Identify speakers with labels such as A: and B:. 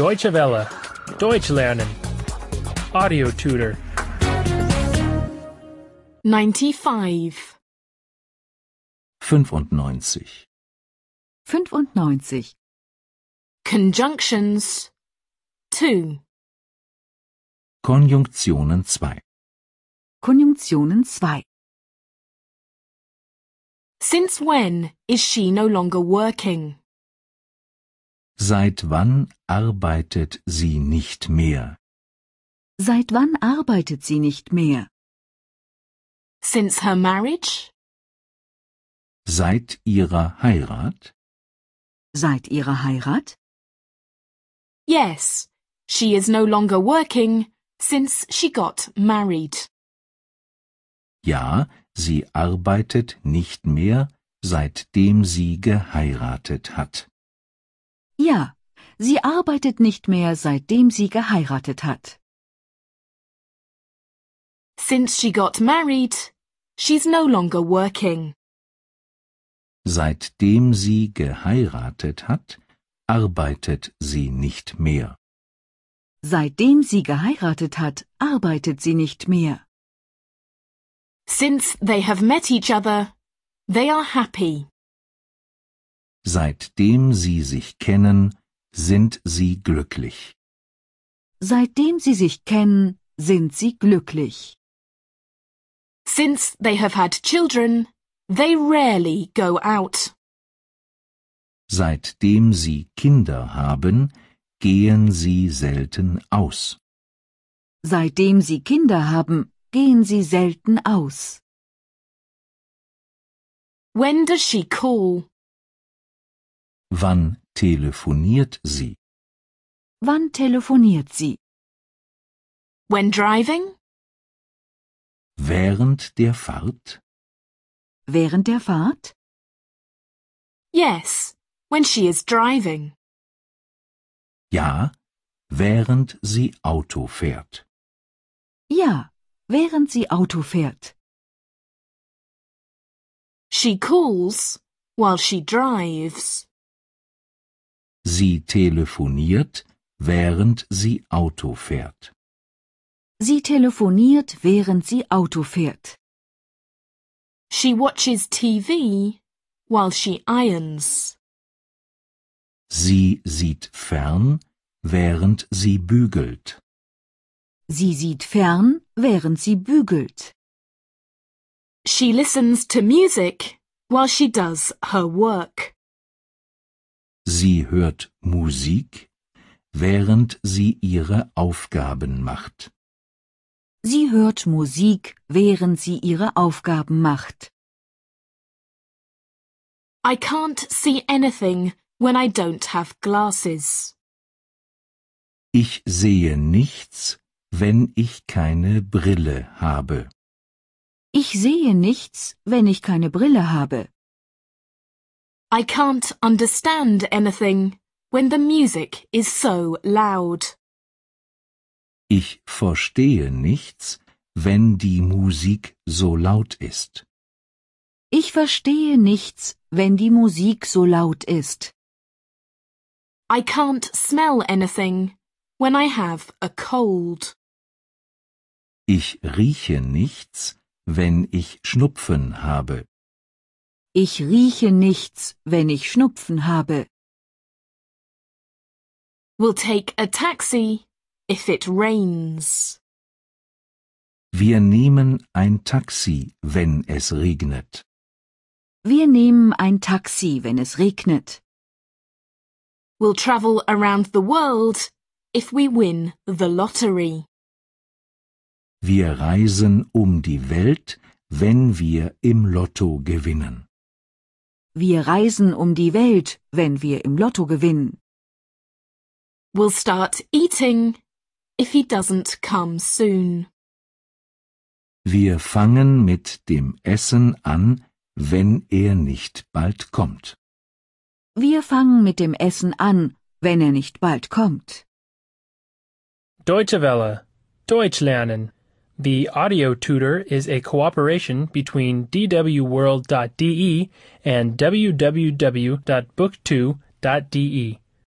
A: Deutsche Welle. Deutsch lernen. Audio tutor.
B: 95.
C: 95.
D: 95.
B: Conjunctions. 2.
C: Konjunktionen 2.
D: Konjunktionen 2.
B: Since when is she no longer working?
C: Seit wann arbeitet sie nicht mehr?
D: Seit wann arbeitet sie nicht mehr?
B: Since her marriage?
C: Seit ihrer Heirat?
D: Seit ihrer Heirat?
B: Yes. She is no longer working since she got married.
C: Ja, sie arbeitet nicht mehr, seitdem sie geheiratet hat.
D: Ja. Sie arbeitet nicht mehr, seitdem sie geheiratet hat.
B: Since she got married, she's no longer working.
C: Seitdem sie geheiratet hat, arbeitet sie nicht mehr.
D: Seitdem sie geheiratet hat, arbeitet sie nicht mehr.
B: Since they have met each other, they are happy.
C: Seitdem sie sich kennen, sind sie glücklich.
D: Seitdem sie sich kennen, sind sie glücklich.
B: Since they have had children, they rarely go out.
C: Seitdem sie Kinder haben, gehen sie selten aus.
D: Seitdem sie Kinder haben, gehen sie selten aus.
B: When does she call?
C: Wann telefoniert sie?
D: Wann telefoniert sie?
B: When driving?
C: Während der Fahrt?
D: Während der Fahrt?
B: Yes, when she is driving.
C: Ja, während sie Auto fährt.
D: Ja, während sie Auto fährt.
B: She calls while she drives.
C: Sie telefoniert, während sie Auto fährt.
D: Sie telefoniert, während sie Auto fährt.
B: She watches TV while she irons.
C: Sie sieht fern, während sie bügelt.
D: Sie sieht fern, während sie bügelt.
B: She listens to music while she does her work.
C: Sie hört Musik, während sie ihre Aufgaben macht.
D: Sie hört Musik, während sie ihre Aufgaben macht.
B: I can't see anything when I don't have glasses.
C: Ich sehe nichts, wenn ich keine Brille habe.
D: Ich sehe nichts, wenn ich keine Brille habe.
B: I can't understand anything when the music is so loud.
C: Ich verstehe nichts, wenn die Musik so laut ist.
D: Ich verstehe nichts, wenn die Musik so laut ist.
B: I can't smell anything when I have a cold.
C: Ich rieche nichts, wenn ich Schnupfen habe.
D: Ich rieche nichts, wenn ich Schnupfen habe.
B: We'll take a taxi if it rains.
C: Wir nehmen ein Taxi, wenn es regnet.
D: Wir nehmen ein Taxi, wenn es regnet.
B: We'll travel around the world if we win the lottery.
C: Wir reisen um die Welt, wenn wir im Lotto gewinnen.
D: Wir reisen um die Welt, wenn wir im Lotto gewinnen.
B: We'll start eating if he doesn't come soon.
C: Wir fangen mit dem Essen an, wenn er nicht bald kommt.
D: Wir fangen mit dem Essen an, wenn er nicht bald kommt.
A: Deutsche Welle. Deutsch lernen. The audio tutor is a cooperation between E dwworld.de and www.book2.de.